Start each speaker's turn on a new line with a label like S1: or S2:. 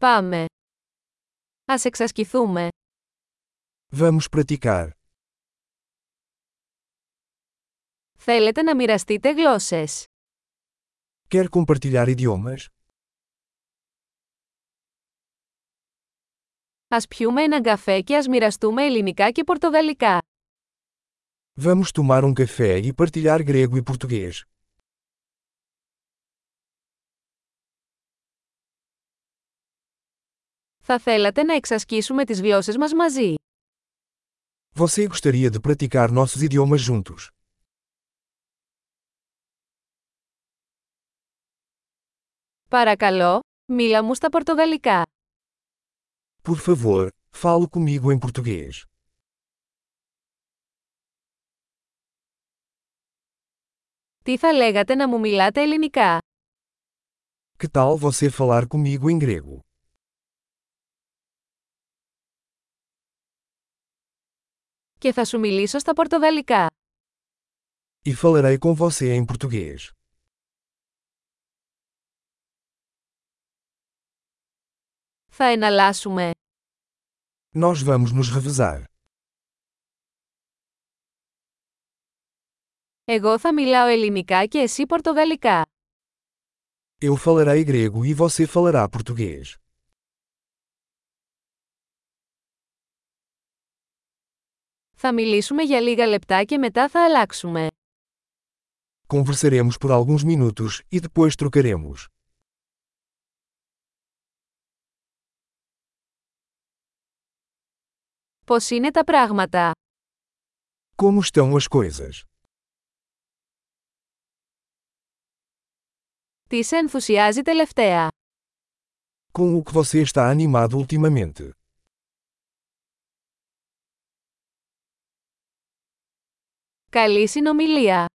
S1: Πάμε. Ας εξασκηθούμε.
S2: Vamos praticar.
S1: Θέλετε να μοιραστείτε γλώσσες.
S2: Quer compartilhar idiomas?
S1: Ας πιούμε έναν καφέ και ας μοιραστούμε ελληνικά και πορτογαλικά.
S2: Vamos tomar um café e partilhar grego e português.
S1: Θα θέλατε να εξασκήσουμε τις γλώσσες μας μαζί.
S2: Você gostaria de praticar nossos idiomas juntos?
S1: Παρακαλώ, μίλα μου στα πορτογαλικά.
S2: Por favor, fale comigo em português.
S1: Τι θα λέγατε να μου μιλάτε ελληνικά.
S2: Que tal você falar comigo em grego?
S1: Και θα σου μιλήσω στα πορτογαλικά.
S2: E falarei com você em português.
S1: Θα εναλλάσσουμε.
S2: Nós vamos nos revezar.
S1: Εγώ θα μιλάω ελληνικά και εσύ πορτογαλικά.
S2: Eu falarei grego e você falará português.
S1: Θα μιλήσουμε για λίγα λεπτά και μετά θα αλλάξουμε.
S2: Conversaremos por alguns minutos e depois trocaremos.
S1: Πώς είναι τα πράγματα.
S2: Como estão as coisas?
S1: Τι σε ενθουσιάζει τελευταία.
S2: Com o que você está animado ultimamente?
S1: Καλή συνομιλία.